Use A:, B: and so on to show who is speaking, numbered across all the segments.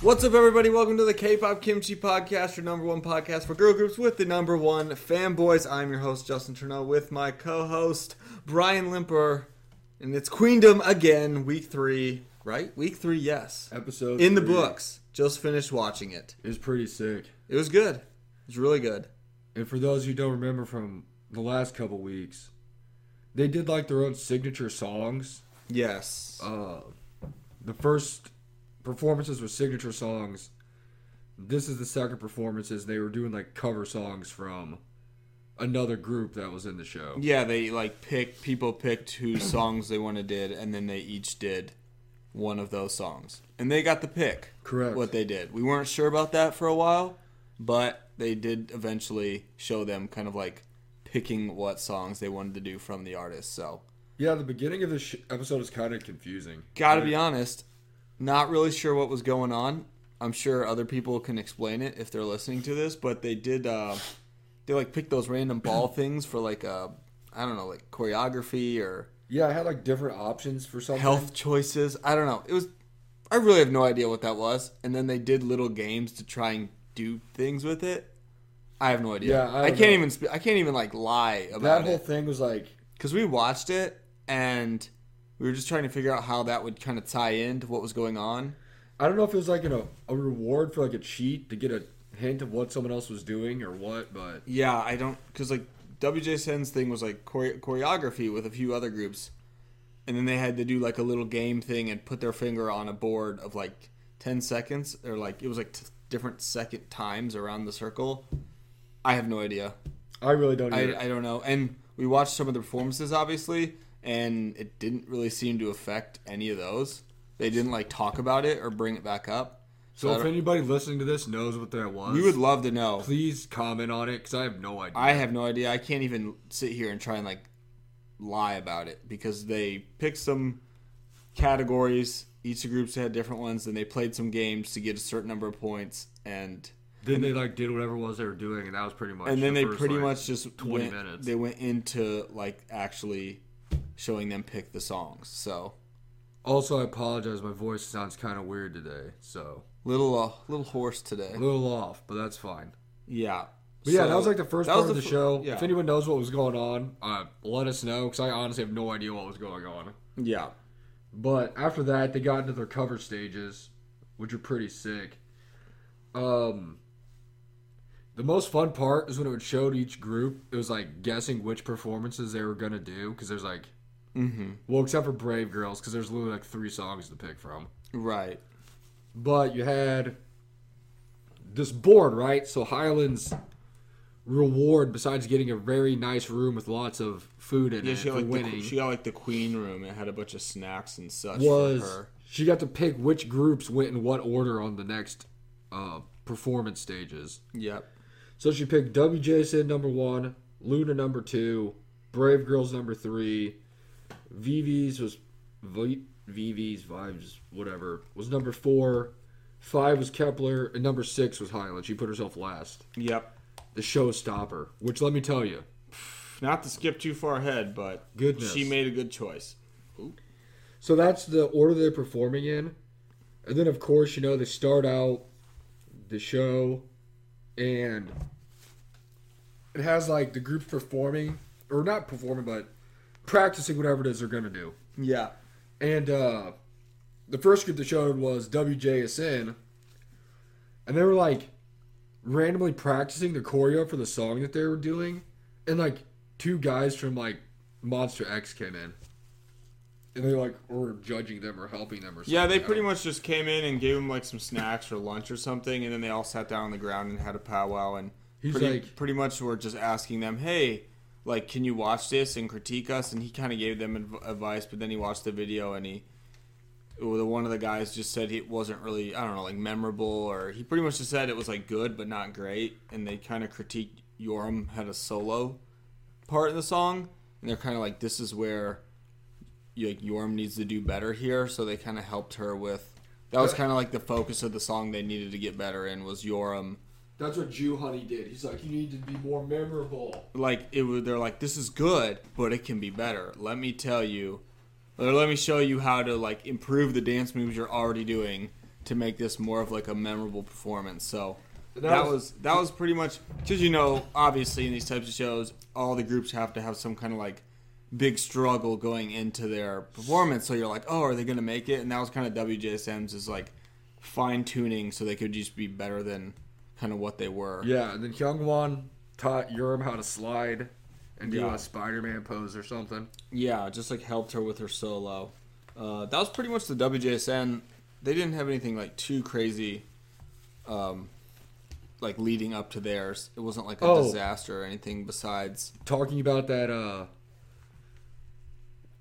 A: What's up, everybody? Welcome to the K-pop Kimchi Podcast, your number one podcast for girl groups with the number one fanboys. I'm your host Justin Trudeau with my co-host Brian Limper, and it's Queendom again, week three, right? Week three, yes.
B: Episode
A: In the
B: three
A: books. Just finished watching it.
B: is pretty sick.
A: It was good. It was really good.
B: And for those who don't remember from the last couple weeks, they did like their own signature songs.
A: Yes.
B: Uh, the first performances were signature songs. This is the second performances. They were doing like cover songs from another group that was in the show.
A: Yeah, they like pick people picked whose songs they wanted did, and then they each did one of those songs, and they got the pick.
B: Correct.
A: What they did, we weren't sure about that for a while, but they did eventually show them kind of like picking what songs they wanted to do from the artist. So,
B: Yeah, the beginning of this sh- episode is kind of confusing.
A: gotta be honest, not really sure what was going on. I'm sure other people can explain it if they're listening to this, but they did. Uh, they like picked those random ball things for like I I don't know, like choreography or.
B: Yeah, I had like different options for something.
A: health choices. I don't know. It was. I really have no idea what that was. And then they did little games to try and do things with it. I have no idea.
B: Yeah, I
A: I,
B: don't
A: can't
B: know.
A: even. Sp- I can't even like lie
B: That
A: about
B: whole
A: it
B: thing was like
A: because we watched it and we were just trying to figure out how that would kind of tie into what was going on.
B: I don't know if it was like an, a a reward for like a cheat to get a hint of what someone else was doing or what, but
A: Yeah, I don't because like WJ Sen's thing was like chore- choreography with a few other groups, and then they had to do like a little game thing and put their finger on a board of like ten seconds or like it was like t- different second times around the circle. I have no idea.
B: I really don't.
A: I,
B: Either.
A: I don't know. And we watched some of the performances, obviously, and it didn't really seem to affect any of those. They didn't like talk about it or bring it back up.
B: so
A: I
B: if
A: don't-
B: anybody listening to this knows what that was,
A: we would love to know.
B: please comment on it because I have no idea.
A: I have no idea. I can't even sit here and try and like lie about it because they picked some categories. Each of the groups had different ones, and they played some games to get a certain number of points, and
B: then they like did whatever it was they were doing, and that was pretty much.
A: and then
B: the
A: they
B: first,
A: pretty
B: like-
A: much just
B: 20
A: went,
B: minutes.
A: They went into like actually showing them pick the songs. So
B: Also, I apologize. My voice sounds kind of weird today, so
A: little uh, little horse today.
B: a little off, but that's fine.
A: Yeah.
B: But yeah,
A: So,
B: that was like the first
A: that
B: part
A: was
B: of the
A: fir-
B: show.
A: Yeah.
B: If anyone knows what was going on, uh, let us know because I honestly have no idea what was going on.
A: yeah.
B: But after that, they got into their cover stages, which are pretty sick. Um, the most fun part is when it would show to each group. It was like guessing which performances they were gonna do because there's like,
A: Mhm.
B: well, except for Brave Girls because there's literally like three songs to pick from.
A: Right.
B: But you had this board, right? So Highland's reward, besides getting a very nice room with lots of food in
A: Yeah,
B: it
A: she
B: for
A: got, like the,
B: winning,
A: she got like the queen room. It had a bunch of snacks and such for
B: was
A: her.
B: she got to pick which groups went in what order on the next uh, performance stages.
A: Yep.
B: So she picked WJ Sin number one, Luna number two, Brave Girls number three, VV's was V- VV's vibes whatever was number four, five was Kepler, and number six was Highland. She put herself last.
A: Yep.
B: The showstopper, which let me tell you,
A: Not to skip too far ahead, but
B: Goodness.
A: she made a good choice.
B: So that's the order they're performing in. And then, of course, you know, they start out the show and it has like the groups performing, or not performing, but practicing whatever it is they're going to do.
A: Yeah.
B: And uh, the first group that showed was WJSN. And they were like randomly practicing the choreo for the song that they were doing. And like two guys from like Monster X came in. And they like were judging them or helping them or something.
A: Yeah, they
B: I
A: pretty
B: don't-
A: much just came in and gave him like some snacks or lunch or something, and then they all sat down on the ground and had a powwow and
B: He's
A: pretty,
B: like-
A: pretty much were just asking them, hey, like, can you watch this and critique us? And he kind of gave them adv- advice, but then he watched the video and he, well, the one of the guys just said it wasn't really, I don't know, like memorable, or he pretty much just said it was like good but not great, and they kind of critiqued Yoram had a solo part in the song, and they're kind of like, this is where you- like Yorm needs to do better here, so they kind of helped her with. That was kind of like the focus of the song they needed to get better in was Yoram.
B: That's what Jew Honey did. He's like, you need to be more memorable.
A: Like it was, they're like, this is good, but it can be better. Let me tell you, or let me show you how to like improve the dance moves you're already doing to make this more of like a memorable performance. So
B: That
A: that,
B: was-
A: was, that was pretty much because you know obviously in these types of shows all the groups have to have some kind of like big struggle going into their performance. So you're like, oh, are they going to make it? And that was kind of WJSM's is like fine tuning so they could just be better than kind of what they were.
B: Yeah, and then Hyungwon taught Yurim how to slide and do
A: Yeah.
B: a Spider-Man pose or something.
A: Yeah, just like helped her with her solo. Uh, that was pretty much the WJSN. They didn't have anything like too crazy, um, like leading up to theirs. It wasn't like a
B: Oh.
A: disaster or anything besides.
B: Talking about that, uh,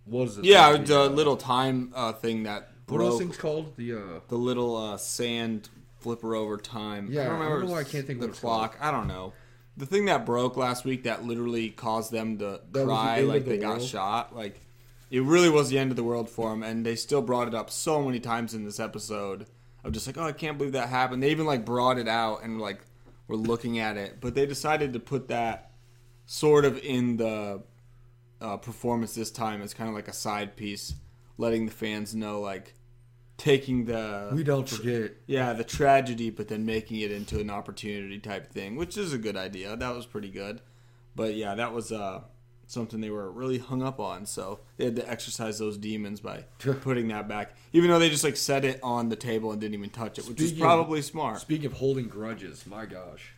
B: what is it?
A: Yeah,
B: Like
A: the
B: uh,
A: little time uh, thing that
B: What are those
A: broke
B: things called? The uh,
A: the little uh, sand flipper over time.
B: Yeah,
A: I
B: I
A: don't
B: don't
A: remember
B: know why I
A: s-
B: can't think of
A: the
B: what it's
A: clock. I don't know. The thing that broke last week that literally caused them to
B: That was the
A: cry
B: end of
A: like
B: the
A: they got
B: world.
A: shot. Like it really was the end of the world for them, and they still brought it up so many times in this episode. I'm just like, oh, I can't believe that happened. They even like brought it out and like were looking at it, but they decided to put that sort of in the uh, performance this time as kind of like a side piece, letting the fans know like taking the
B: we don't forget.
A: yeah, the tragedy, but then making it into an opportunity type thing, which is a good idea. That was pretty good. But yeah, that was uh, something they were really hung up on. So they had to exercise those demons by putting that back, even though they just like set it on the table and didn't even touch it, which is
B: Speaking-
A: probably smart.
B: Speaking of holding grudges, my gosh,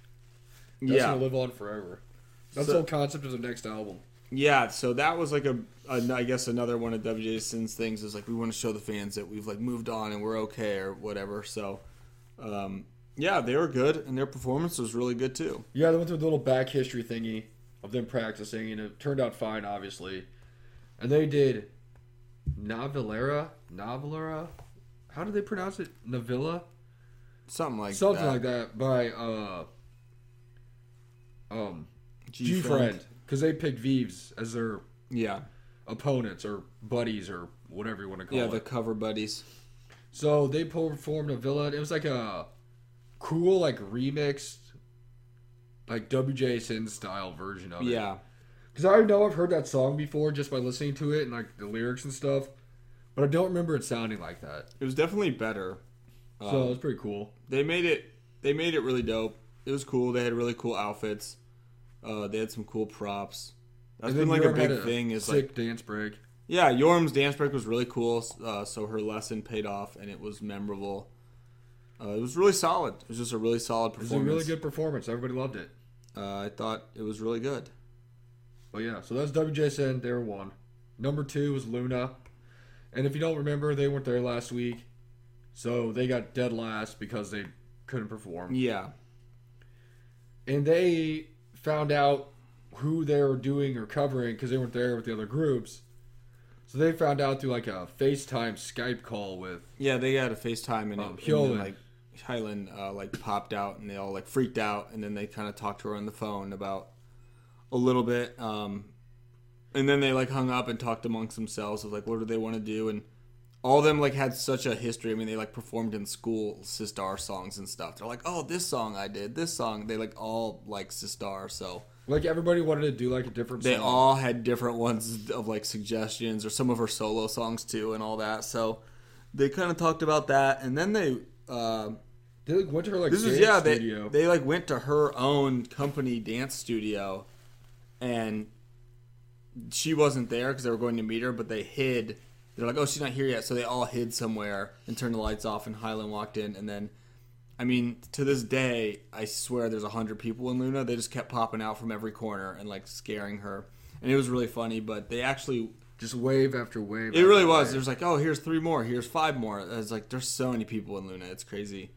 B: that's
A: Yeah,
B: gonna live on forever. That's
A: So-
B: the whole concept of the next album.
A: yeah. So that was like a, a I guess another one of WJSN's things is like we want to show the fans that we've like moved on and we're okay or whatever. So, um, yeah, they were good and their performance was really good too.
B: Yeah, they went through the little back history thingy of them practicing, and it turned out fine, obviously. And they did Navilera, Navilera. How do they pronounce it? Navilla,
A: Something like
B: something
A: that.
B: like that. By uh, um, G
A: G-Funk.
B: Friend, because they picked Vives as their
A: Yeah.
B: opponents or buddies or whatever you want to call
A: Yeah,
B: it.
A: the cover buddies.
B: So they performed a villa. It was like a cool, like remixed, like WJSN style version of it.
A: Yeah.
B: Because I know I've heard that song before just by listening to it and like the lyrics and stuff, but I don't remember it sounding like that.
A: It was definitely better.
B: so it
A: Um,
B: was pretty cool.
A: they made it they made it really dope. It was cool. They had really cool outfits. Uh, they had some cool props. That's
B: And then
A: been like a
B: Yoram had
A: big thing is
B: sick
A: like
B: dance break.
A: yeah, Yoram's dance break was really cool. Uh, so her lesson paid off and it was memorable. Uh, it was really solid. It was just a really solid
B: It was a really
A: performance.
B: good performance. Everybody loved it.
A: uh, I thought it was really good.
B: But yeah, so that's WJSN. They were one. Number two was Luna. And if you don't remember, they weren't there last week. So they got dead last because they couldn't perform.
A: Yeah.
B: and they found out who they were doing or covering because they weren't there with the other groups. So they found out through like a FaceTime Skype call with
A: Yeah, they had a FaceTime and, it,
B: Um,
A: and
B: Hyolyn.
A: then, like Hylan uh, like popped out and they all like freaked out and then they kind of talked to her on the phone about a little bit um, and then they like hung up and talked amongst themselves of like what do they want to do and all of them like had such a history. I mean, they like performed in school Sistar songs and stuff. They're like, "Oh, this song I did. This song." They like all like Sistar, so
B: like everybody wanted to do like a different.
A: they
B: song.
A: all had different ones of like suggestions or some of her solo songs too and all that so they kind of talked about that and then they uh,
B: they like went to her like
A: this is
B: dance
A: yeah they,
B: studio.
A: they like went to her own company dance studio and she wasn't there because they were going to meet her but they hid they're like oh she's not here yet so they all hid somewhere and turned the lights off and hyland walked in and then I mean, to this day, I swear there's a hundred people in Luna. They just kept popping out from every corner and like scaring her, and it was really funny. But they actually,
B: just wave after wave.
A: it really was. There's like, oh, here's three more, here's five more. It's like there's so many people in Luna, it's crazy.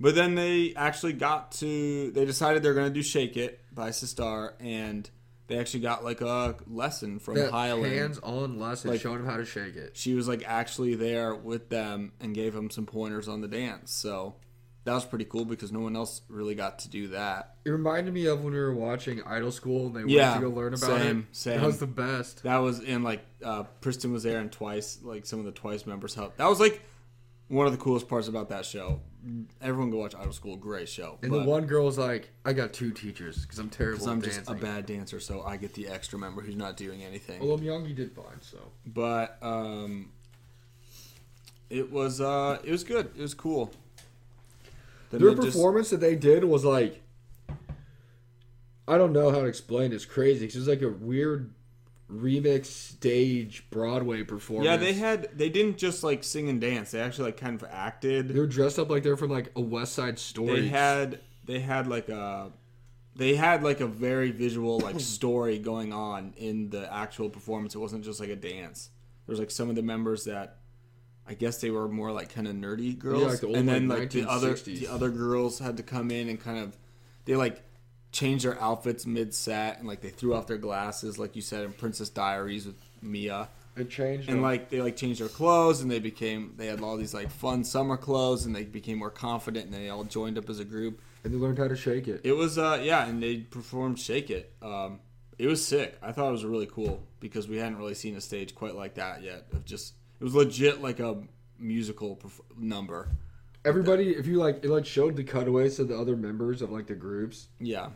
A: But then they actually got to, they decided they're gonna do "Shake It" by Sistar, and they actually got like a lesson from Highland.
B: hands on lesson
A: Like-
B: showing them how to shake it.
A: She was like actually there with them and gave them some pointers on the dance. So that was pretty cool because no one else really got to do that.
B: It reminded me of when we were watching Idol School and they went
A: Yeah,
B: to go learn about
A: same,
B: it.
A: same.
B: That was the best.
A: That was in like uh Kristen was there and twice like some of the twice members helped. That was like one of the coolest parts about that show. Everyone go watch Idol School, great show.
B: And the
A: but
B: one girl was like, "I got two teachers because I'm terrible
A: 'cause I'm
B: at
A: just a
B: dancing."
A: bad dancer, so I get the extra member who's not doing anything.
B: Although Myungi did fine, so
A: But um It was uh, it was good. It was cool. Then
B: Their
A: they just-
B: performance that they did was like I don't know how to explain. it. It's crazy. 'cause It was like a weird remix stage Broadway performance.
A: yeah, they had they didn't just like sing and dance. They actually like kind of acted.
B: They were dressed up like they're from like a West Side Story.
A: They had they had like a they had like a very visual like story going on in the actual performance. It wasn't just like a dance. There was like some of the members that I guess they were more like kind of nerdy girls,
B: the old,
A: and then
B: like,
A: like, the other
B: 1960s.
A: the other girls had to come in and kind of they like changed their outfits mid set and like they threw off their glasses like you said in Princess Diaries with Mia
B: it changed.
A: and
B: them.
A: like they like changed their clothes and they became they had all these like fun summer clothes and they became more confident and they all joined up as a group
B: and they learned how to shake it.
A: it was uh yeah and they performed shake it um it was sick i thought it was really cool because we hadn't really seen a stage quite like that yet of just it was legit like a musical perf- number
B: Everybody, if you like, it like showed the cutaways to the other members of like the groups,
A: yeah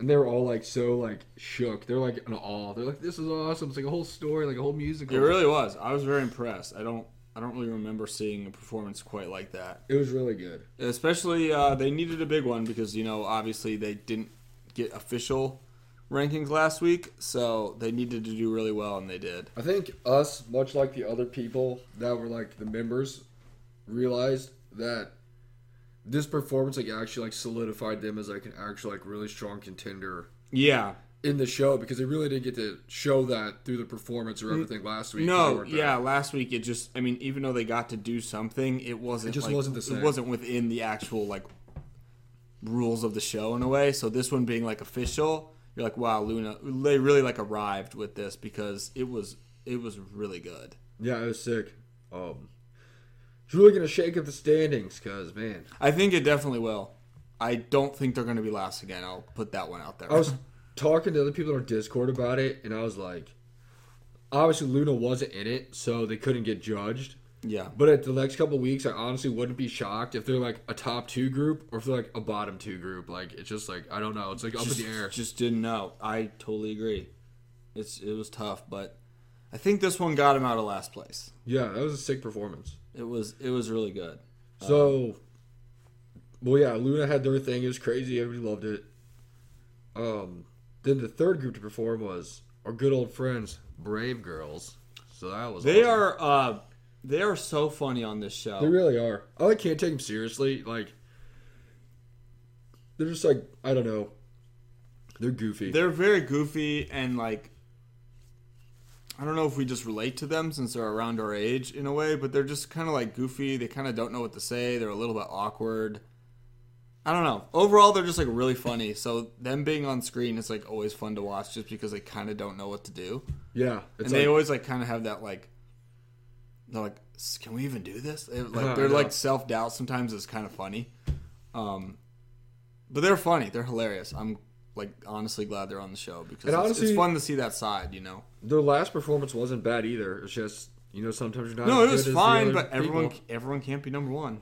B: and they were all like so like shook. They're like in awe. They're like, "This is awesome! It's like a whole story, like a whole musical."
A: it really was i was very impressed i don't i don't really remember seeing a performance quite like that
B: It was really good.
A: especially uh, they needed a big one because you know obviously they didn't get official rankings last week so they needed to do really well and they did
B: I think us, much like the other people that were like the members, realized that this performance like actually like solidified them as like an actual like really strong contender
A: yeah
B: in the show because they really didn't get to show that through the performance or everything last week. 'cause they
A: Mm, no
B: weren't there.
A: yeah last week it just i mean even though they got to do something it wasn't
B: just
A: like-
B: wasn't the same.
A: it wasn't within the actual like rules of the show in a way so this one being like official you're like wow luna they really like arrived with this because it was it was really good
B: yeah, it was sick. Um, it's really gonna shake up the standings because man,
A: i think it definitely will i don't think they're going to be last again i'll put that one out there
B: I was talking to other people on Discord about it, and I was like, obviously Luna wasn't in it, so they couldn't get judged.
A: yeah
B: But at the next couple weeks, I honestly wouldn't be shocked if they're like a top two group or if they're like a bottom two group. Like it's just like I don't know. It's like up
A: just,
B: in the air.
A: just didn't know. I totally agree. It's it was tough, but I think this one got him out of last place.
B: Yeah, that was a sick performance.
A: It was it was really good.
B: So, well, yeah, Luna had their thing. It was crazy. Everybody loved it. Um, then the third group to perform was our good old friends, Brave Girls. So that was
A: They
B: awesome.
A: are uh they are so funny on this show.
B: They really are. I like, can't take them seriously. Like they're just like I don't know. They're goofy.
A: They're very goofy and like I don't know if we just relate to them since they're around our age in a way, but they're just kind of like goofy. They kind of don't know what to say. They're a little bit awkward. I don't know. Overall, they're just like really funny. So them being on screen is like always fun to watch just because they kind of don't know what to do.
B: yeah, it's
A: and they
B: like,
A: always like kind of have that like they're like "S- can we even do this They- like
B: Oh,
A: they're
B: yeah.
A: like self-doubt sometimes is kind of funny um but they're funny they're hilarious i'm like honestly glad they're on the show because
B: And
A: it's, it's
B: honestly-
A: fun to see that side you know
B: their last performance wasn't bad either. It's just you know sometimes you're not.
A: no
B: as
A: it was
B: good as the
A: fine
B: other
A: but everyone
B: people.
A: everyone can't be number one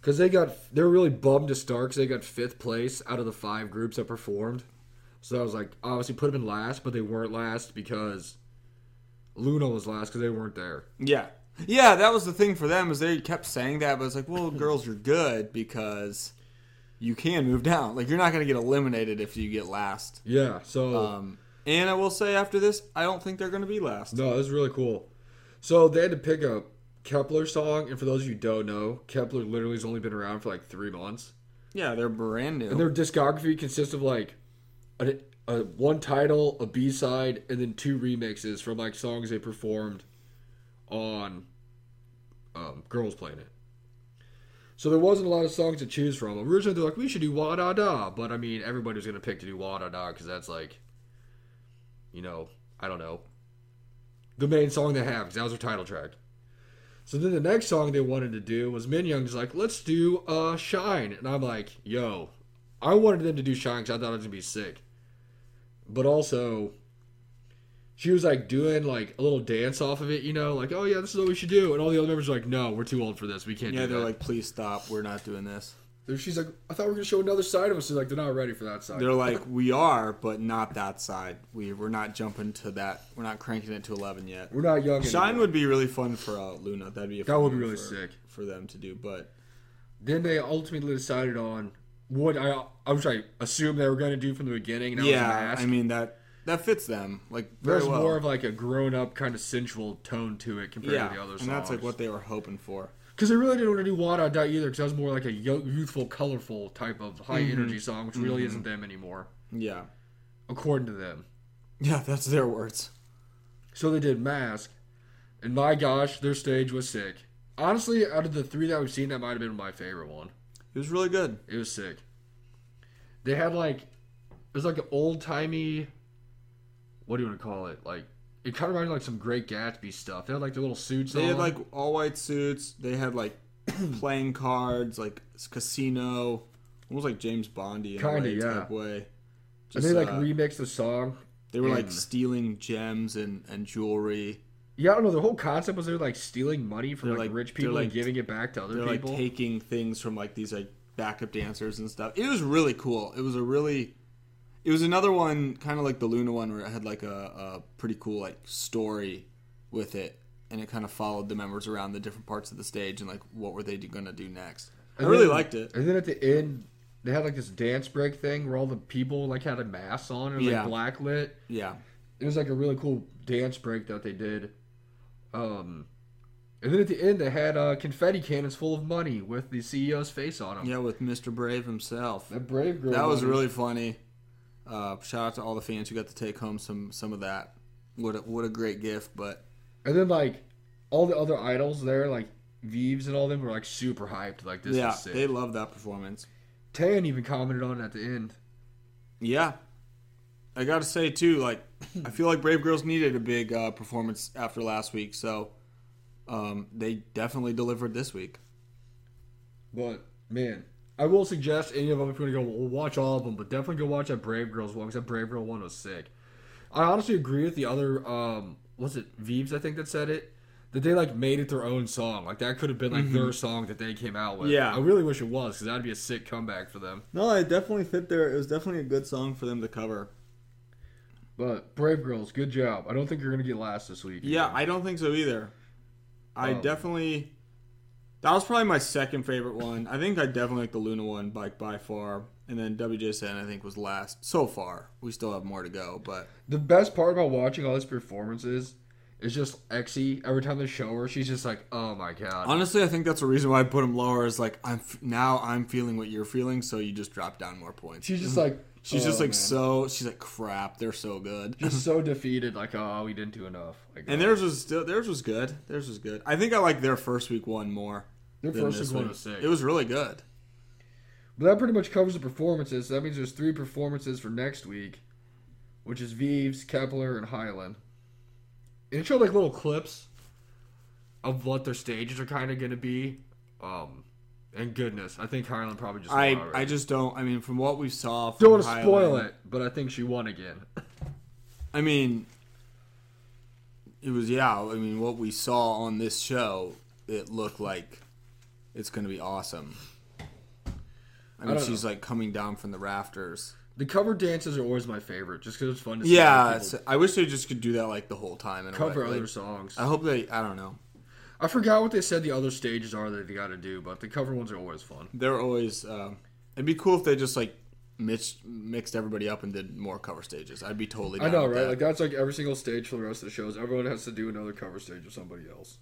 B: Because they got, they're really bummed to start because they got fifth place out of the five groups that performed. So I was like, obviously put them in last, but they weren't last because Luna was last because they weren't there.
A: yeah yeah that was the thing for them is they kept saying that but it's like well girls you're good because you can move down like you're not going to get eliminated if you get last
B: Yeah, so
A: um and i will say after this i don't think they're going to be last
B: no, it was really cool. So they had to pick a Kepler song, and for those of you who don't know, Kepler literally has only been around for like three months.
A: Yeah, they're brand new.
B: And their discography consists of like a, a one title, a B side, and then two remixes from like songs they performed on um, Girls Planet. So there wasn't a lot of songs to choose from. Originally, they're like, we should do Wah Da Da, but I mean, everybody was gonna pick to do Wah Da Da because that's like, you know, I don't know, the main song they have because that was their title track. So then the next song they wanted to do was Min Young's like, let's do uh, Shine. And I'm like, yo, I wanted them to do Shine because I thought it was going to be sick. But also, she was like doing like a little dance off of it, you know, like, oh yeah, this is what we should do. And all the other members were like, no, we're too old for this. We can't
A: yeah,
B: do
A: they're
B: that.
A: like, please stop. We're not doing this.
B: There- She's like, I thought we were gonna show another side of us. She's like, they're not ready for that side.
A: They're like, we are, but not that side. We we're not jumping to that. We're not cranking it to eleven yet.
B: we're not young.
A: Shine
B: anymore.
A: would be really fun for uh, Luna. That'd be a
B: That
A: fun
B: would be
A: one
B: really
A: for-
B: sick.
A: for them to do. But
B: Then they ultimately decided on what I I was like assume they were gonna do from the beginning. And I was
A: yeah,
B: masked.
A: I mean that that fits them like very
B: There's
A: well.
B: more of like a grown up kind of sensual tone to it compared
A: yeah,
B: to the other songs.
A: and that's like what they were hoping for.
B: because I really didn't want to do "Wanna Die" either because that was more like a yo- youthful, colorful type of high
A: Mm-hmm.
B: energy song, which really isn't them anymore,
A: Yeah,
B: according to them.
A: yeah, that's their words.
B: So they did Mask, and my gosh, their stage was sick. Honestly, out of the three that we've seen, that might have been my favorite one.
A: It was really good.
B: It was sick. They had like it was like an old timey. What do you want to call it? Like it kind of reminded me of, like some Great Gatsby stuff. They had like the little suits.
A: They had
B: on.
A: like all white suits. They had like playing cards, like s- casino, almost like James Bondy in
B: Kinda,
A: a way,
B: yeah.
A: type way.
B: and
A: Just,
B: they like
A: uh,
B: remixed the song.
A: they were like
B: in.
A: stealing gems and, and jewelry.
B: Yeah, I don't know. The whole concept was they're like stealing money from
A: They're,
B: like,
A: like-
B: rich
A: they're,
B: people and
A: like,
B: giving it back to other
A: They're
B: people.
A: like taking things from like these like backup dancers and stuff. It was really cool. It was a really, it was another one kind of like the Luna one where it had like a, a pretty cool like story with it, and it kind of followed the members around the different parts of the stage and like what were they going to do next. I
B: And
A: really
B: then-
A: liked it.
B: And then at the end, they had like this dance break thing where all the people like had a mask on and
A: Yeah.
B: like black lit.
A: Yeah.
B: It was like a really cool dance break that they did. Um, and then at the end, they had uh, confetti cannons full of money with the CEO's face on them.
A: Yeah, with Mr. Brave himself.
B: That brave girl.
A: That was
B: money.
A: really funny. Uh, shout out to all the fans who got to take home some some of that. What a, what a great gift! But
B: And then like all the other idols there, like Veeves and all them, were like super hyped. Like this
A: yeah,
B: is sick.
A: they love that performance.
B: Tan even commented on it at the end.
A: Yeah, I gotta say too, like I feel like Brave Girls needed a big uh, performance after last week, so um, they definitely delivered this week.
B: But man, I will suggest any of them if you want to go well, watch all of them, but definitely go watch that Brave Girls one because that Brave Girl one was sick. I honestly agree with the other. um Was it Veeves? I think that said it. That they like made it their own song. Like that could have been like their song that they came out with.
A: Mm-hmm. Yeah.
B: I really wish it was because that'd be a sick comeback for them.
A: No, it definitely fit there. It was definitely a good song for them to cover.
B: But Brave Girls, good job. I don't think you're gonna get last this week.
A: Yeah, I don't think so either. I
B: Um,
A: definitely that was probably my second favorite one. I think I definitely like the Luna one by by far, and then WJSN I think was last so far. We still have more to go, but
B: The best part about watching all these performances is just Exy. Every time they show her, she's just like, "Oh my god."
A: honestly, I think that's the reason why I put them lower. Is like I'm f- now I'm feeling what you're feeling, so you just drop down more points.
B: she's just like.
A: She's just
B: "Oh,
A: like
B: man."
A: so. She's like crap. They're so good.
B: just so defeated, like, oh, we didn't do enough. Like,
A: And
B: oh,
A: theirs was still theirs was good. Theirs was good. I think I like their first week one more.
B: their
A: than
B: first
A: this
B: is one
A: week.
B: was sick.
A: It was really good.
B: but that pretty much covers the performances. So that means there's three performances for next week, which is Veeves, Kepler, and Highland. And it showed like little clips of what their stages are kind of going to be. Um, and goodness, I think Highland probably just.
A: I
B: won already.
A: I just don't. I mean, from what we saw, from
B: don't want to spoil
A: Highland-
B: it, but I think she won again.
A: I mean, it was yeah. I mean, what we saw on this show, it looked like it's going to be awesome. I mean,
B: don't
A: she's like coming down from the rafters.
B: the cover dances are always my favorite, just because it's fun to see.
A: Yeah,
B: other
A: it's-
B: people
A: I wish they just could do that like the whole time. In a
B: cover
A: way.
B: other
A: Like,
B: songs.
A: I hope they. I don't know.
B: I forgot what they said the other stages are that they got to do, but the cover ones are always fun.
A: They're always. Um, it'd be cool if they just like mixed mixed everybody up and did more cover stages. I'd be totally. Down
B: I know,
A: with
B: right?
A: that.
B: Like that's like every single stage for the rest of the shows. Everyone has to do another cover stage of somebody else.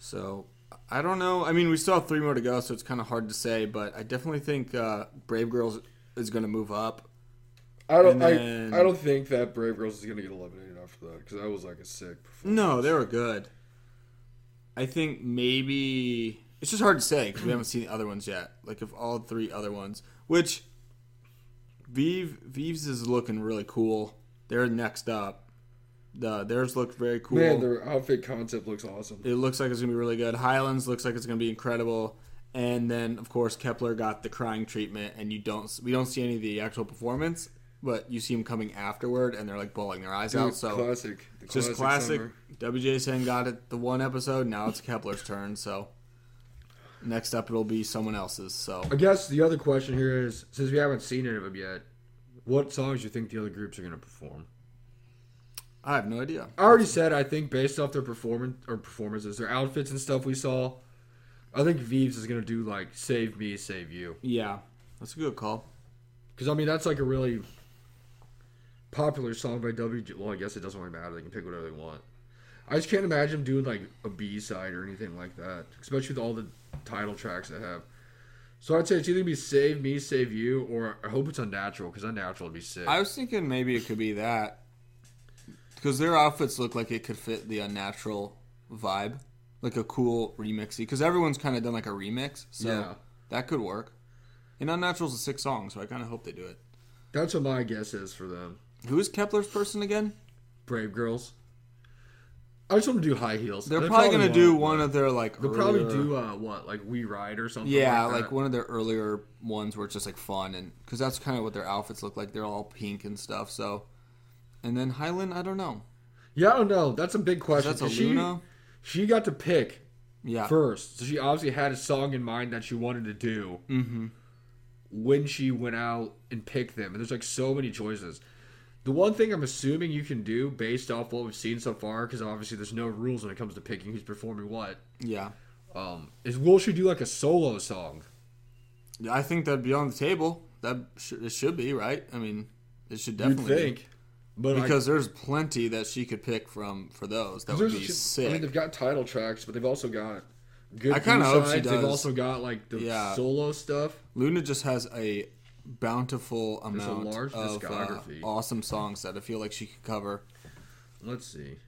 A: So I don't know. I mean, we still have three more to go, so it's kind of hard to say. But I definitely think uh, Brave Girls is going to move up.
B: I don't.
A: And then-
B: I, I don't think that Brave Girls is gonna get eliminated after that because that was like a sick. Performance.
A: No, they were good. I think maybe it's just hard to say because we haven't seen the other ones yet. Like if all three other ones, which Vive Vives is looking really cool. They're next up. The theirs looked very cool.
B: Man, their outfit concept looks awesome.
A: It looks like it's gonna be really good. Highlands looks like it's gonna be incredible. And then of course Kepler got the crying treatment, and you don't we don't see any of the actual performance, but you see them coming afterward, and they're like bawling their eyes out.
B: Dude,
A: So
B: classic. The
A: just classic.
B: summer.
A: WJ saying got it the one episode. Now it's Kepler's turn. So Next up, it'll be someone else's. So
B: I guess the other question here is, since we haven't seen any of them yet, what songs do you think the other groups are going to perform?
A: I have no idea.
B: I already said I think based off their performance or performances, their outfits and stuff we saw, I think Veeves is gonna do like "Save Me, Save You"
A: Yeah, that's a good call.
B: because I mean that's like a really popular song by WG. Well, I guess it doesn't really matter; they can pick whatever they want. I just can't imagine them doing like a B side or anything like that, especially with all the title tracks they have. So I'd say it's either gonna be "Save Me, Save You" or I hope it's "Unnatural" because "Unnatural" would be sick.
A: I was thinking maybe it could be that because their outfits look like it could fit the unnatural vibe, like a cool remixy. Because everyone's kind of done like a remix, so
B: Yeah.
A: that could work. And unnatural's a sick song, so I kind of hope they do it.
B: That's what my guess is for them.
A: Who is Kepler's person again?
B: Brave Girls. I just want to do high heels.
A: They're
B: They
A: probably, gonna do
B: won't,
A: one of their like.
B: but They'll probably
A: earlier-
B: do uh, what, like We Ride or something.
A: Yeah,
B: like,
A: like,
B: that.
A: one of their earlier ones where it's just like fun and because that's kind of what their outfits look like. They're all pink and stuff. So, and then Highland, I don't know.
B: yeah, I don't know. That's a big question.
A: That's a
B: 'cause she,
A: Luna.
B: She got to pick
A: Yeah,
B: first, so she obviously had a song in mind that she wanted to do
A: Mm-hmm.
B: when she went out and picked them. And there's like so many choices. The one thing I'm assuming you can do based off what we've seen so far, because obviously there's no rules when it comes to picking who's performing what,
A: yeah.
B: um, is will she do like a solo song?
A: Yeah, I think that'd be on the table. That sh- it should be right. I mean, it should
B: You'd
A: definitely
B: think, but
A: be.
B: I-
A: because there's plenty that she could pick from for those. That would
B: There's
A: be
B: a-
A: sick.
B: I mean, they've got title tracks, but they've also got good.
A: I kinda hope she
B: B-sides. They've
A: does.
B: also got like the
A: Yeah.
B: solo stuff.
A: Luna just has a bountiful amount
B: large
A: of uh,
B: discography.
A: awesome songs that I feel like she could cover.
B: Let's see.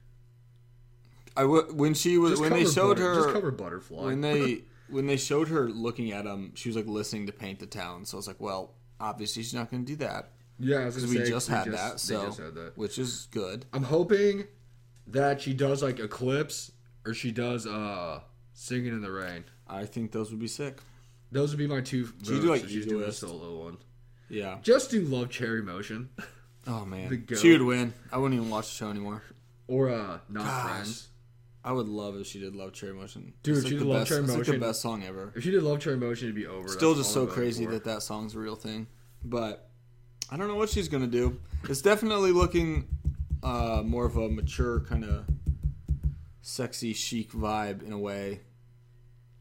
A: I w- when she was
B: Just
A: when they
B: cover
A: showed
B: butter-
A: her
B: just cover butterfly.
A: when they when they showed her looking at him, she was like listening to Paint the Town. So I was like, well, obviously she's not going to do that
B: yeah, I was
A: because
B: gonna
A: we
B: say,
A: just
B: they
A: had
B: just-
A: that. So
B: they just had that.
A: which is good.
B: I'm hoping that she does like Eclipse or she does uh Singing in the Rain.
A: I think those would be sick.
B: Those would be my two. Votes,
A: you do, like,
B: if she's doing a
A: Egoist?
B: solo one.
A: Yeah.
B: Just do Love Cherry Motion
A: Oh
B: The
A: man,
B: goat.
A: she would win. I wouldn't even watch the show anymore.
B: or uh Not
A: Gosh.
B: Friends.
A: I would love if she did love Cherry Motion.
B: Dude,
A: It's
B: she
A: the
B: did Love
A: best,
B: Cherry
A: it's like
B: Motion.
A: the best song ever.
B: If she did Love Cherry Motion, it'd be over.
A: Still,
B: That's
A: just so
B: all I'm voting
A: crazy
B: for.
A: that that song's a real thing. But I don't know what she's gonna do. It's definitely looking uh, more of a mature kind of sexy chic vibe in a way.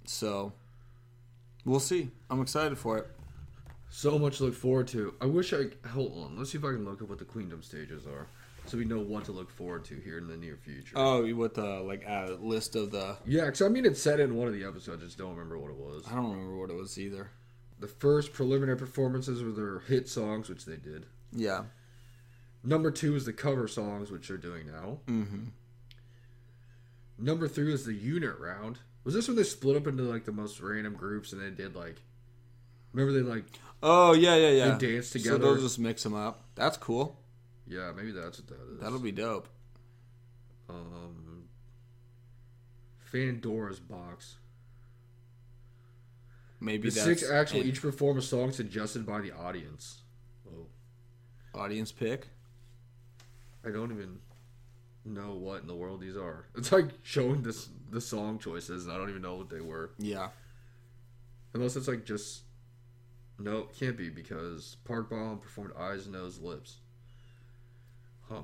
A: So we'll see. I'm excited for it.
B: So much to look forward to. I wish I hold on. Let's see if I can look up what the Queendom stages are, so we know what to look forward to here in the near future.
A: Oh, you with the like uh, list of the
B: yeah, because I mean it said in one of the episodes. I just don't remember what it was.
A: I don't remember what it was either.
B: The first preliminary performances were their hit songs, which they did.
A: Yeah.
B: Number two is the cover songs, which they're doing now.
A: Mm-hmm.
B: Number three is the unit round. Was this when they split up into like the most random groups and they did like? Remember they like
A: Oh yeah yeah yeah.
B: they danced
A: So
B: together.
A: they'll just mix them up. That's cool.
B: yeah, maybe that's what that is.
A: That'll be dope.
B: Um, Fandora's box.
A: Maybe
B: The
A: that's
B: six actual
A: an
B: each perform a song suggested by the audience. Oh,
A: audience pick.
B: I don't even know what in the world these are. It's like showing this the song choices, and I don't even know what they were.
A: Yeah.
B: Unless it's like just no, it can't be because Park Bomb performed eyes, nose, lips. Huh.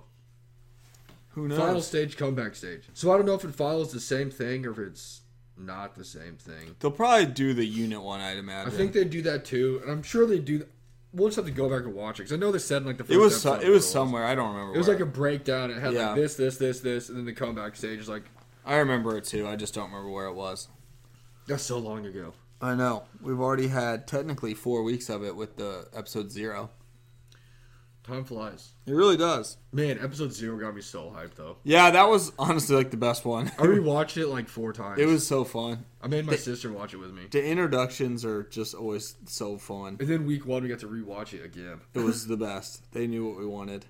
A: Who knows?
B: Final stage, comeback stage. So I don't know if it follows the same thing or if it's not the same thing.
A: They'll probably do the unit one, I'd
B: I
A: imagine.
B: think they do that too, and I'm sure they do. Th- we'll just have to go back and watch it because I know they said in, like the first
A: it was so,
B: episode
A: it was
B: what
A: somewhere. I don't remember.
B: It was
A: where.
B: like a breakdown. It had
A: Yeah.
B: like this, this, this, this, and then the comeback stage is like
A: I remember it too. I just don't remember where it was.
B: that's so long ago.
A: I know. We've already had technically four weeks of it with the episode zero.
B: Time flies.
A: It really does.
B: Man, episode zero got me so hyped though.
A: Yeah, that was honestly like the best one.
B: I rewatched it like four times.
A: it was so fun.
B: I made my sister watch it with me,
A: The introductions are just always so fun.
B: and then week one we got to rewatch it again.
A: It was the best. They knew what we wanted.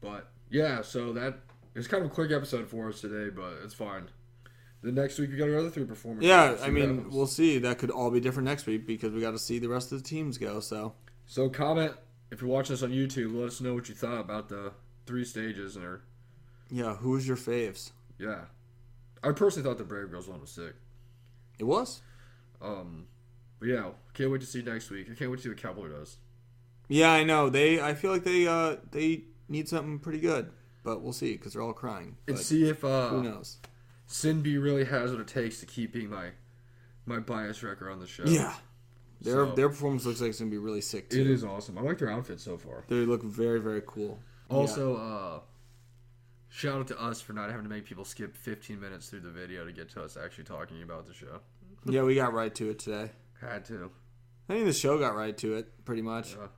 B: But yeah, so that it was kind of a quick episode for us today, but it's fine. The next week we got our other three performances.
A: Yeah,
B: Let's see
A: I
B: what
A: mean,
B: happens.
A: we'll see. That could all be different next week because we got to see the rest of the teams go. So
B: So comment if you're watching this on YouTube. Let us know what you thought about the three stages and our
A: yeah, who was your faves?
B: yeah. I personally thought the Brave Girls one was sick.
A: It was.
B: Um, but yeah, can't wait to see next week. I can't wait to see what Kepler does.
A: Yeah, I know. They I feel like they uh they need something pretty good, but we'll see because they're all crying.
B: And
A: But
B: see if
A: who
B: uh,
A: knows?
B: Sinby really has what it takes to keep being my my bias wrecker on the show.
A: Yeah, their
B: uh, So-
A: their performance looks like it's gonna be really sick too.
B: It is awesome. I like their outfit so far.
A: They look very very cool.
B: Also, uh, shout out to us for not having to make people skip 15 minutes through the video to get to us actually talking about the show.
A: Yeah, we got right to it today.
B: Had to.
A: I think the show got right to it pretty much.
B: Yeah.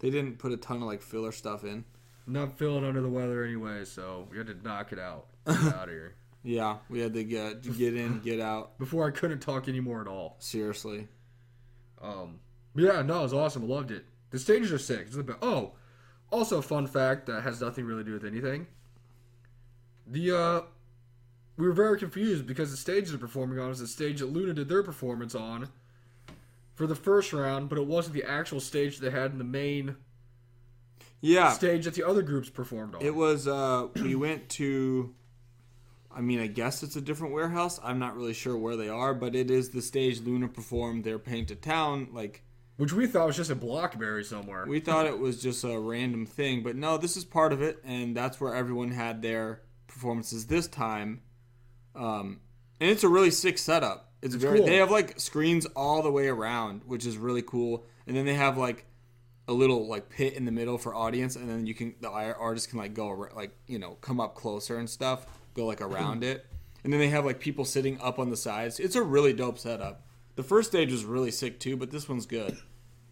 A: They didn't put a ton of like filler stuff in.
B: Not feeling under the weather anyway, so we had to knock it out. Get out of here.
A: Yeah, we had to get get in, get out.
B: Before I couldn't talk anymore at all.
A: Seriously,
B: Um, but yeah, no, it was awesome. I loved it. The stages are sick. It's the best. Oh, also fun fact that has nothing really to do with anything. The uh, we were very confused because the stage they're performing on is the stage that Luna did their performance on for the first round, but it wasn't the actual stage they had in the main
A: yeah.
B: stage that the other groups performed on.
A: Ah. It was uh we went to I mean I guess it's a different warehouse. I'm not really sure where they are, but it is the stage Luna performed their paint to town. Like
B: which we thought was just a blockberry somewhere.
A: we thought it was just a random thing, but no, this is part of it and that's where everyone had their performances this time. Um and it's a really sick setup. It's, very
B: cool.
A: they have like screens all the way around, which is really cool. And then they have like a little like pit in the middle for audience, and then you can the ar- artist can like go ar- like you know come up closer and stuff, go like around it, and then they have like people sitting up on the sides. It's a really dope setup. The first stage was really sick too, but this one's good.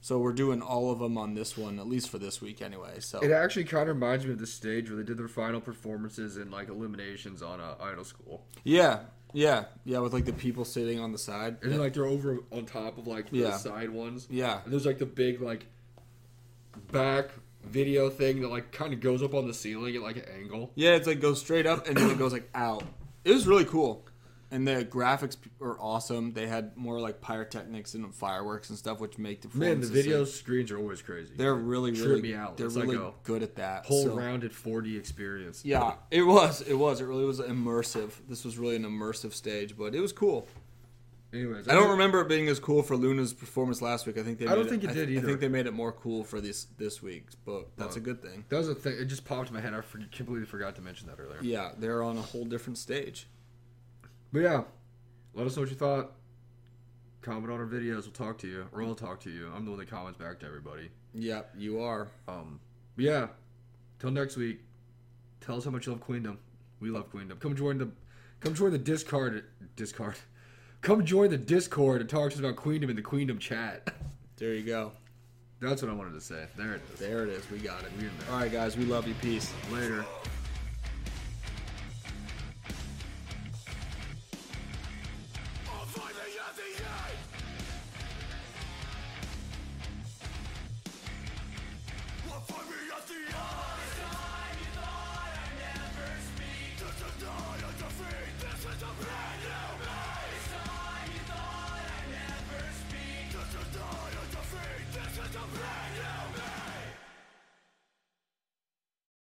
A: So we're doing all of them on this one, at least for this week anyway. So
B: It actually kind of reminds me of the stage where they did their final performances and like eliminations on uh, Idol School.
A: yeah, yeah, yeah, with like the people sitting on the side.
B: And then like they're over on top of like the
A: Yeah.
B: side ones.
A: Yeah,
B: And there's like the big like back video thing that like kind of goes up on the ceiling at like an angle.
A: yeah, it's like goes straight up and then it goes like out. It was really cool. And the graphics are awesome. They had more like pyrotechnics and fireworks and stuff, which make the
B: Man, the
A: performances, like,
B: video screens are always crazy.
A: They're really,
B: Trip
A: really,
B: me out.
A: they're
B: It's like
A: really
B: a
A: good at that.
B: whole
A: so-
B: rounded 4D experience.
A: Yeah, it was. It was. It really was immersive. This was really an immersive stage, but it was cool.
B: Anyways,
A: I don't remember it being as cool for Luna's performance last week. I think they. Made
B: I don't think it
A: I
B: did
A: I
B: either.
A: think they made it more cool for this this week, but that's a good thing.
B: That was a thing. It just popped in my head. I for- completely forgot to mention that earlier.
A: Yeah, they're on a whole different stage.
B: But yeah, let us know what you thought. Comment on our videos. We'll talk to you. Or I'll talk to you. I'm the one that comments back to everybody.
A: Yep, you are.
B: Um, but yeah, till next week. Tell us how much you love Queendom. We love Queendom. Come join the, come join the Discord. Discord. Come join the Discord and talk to us about Queendom in the Queendom chat.
A: There you go.
B: That's what I wanted to say. There it is.
A: There it is. We got it.
B: We in there.
A: All right, guys. We love you. Peace.
B: Later.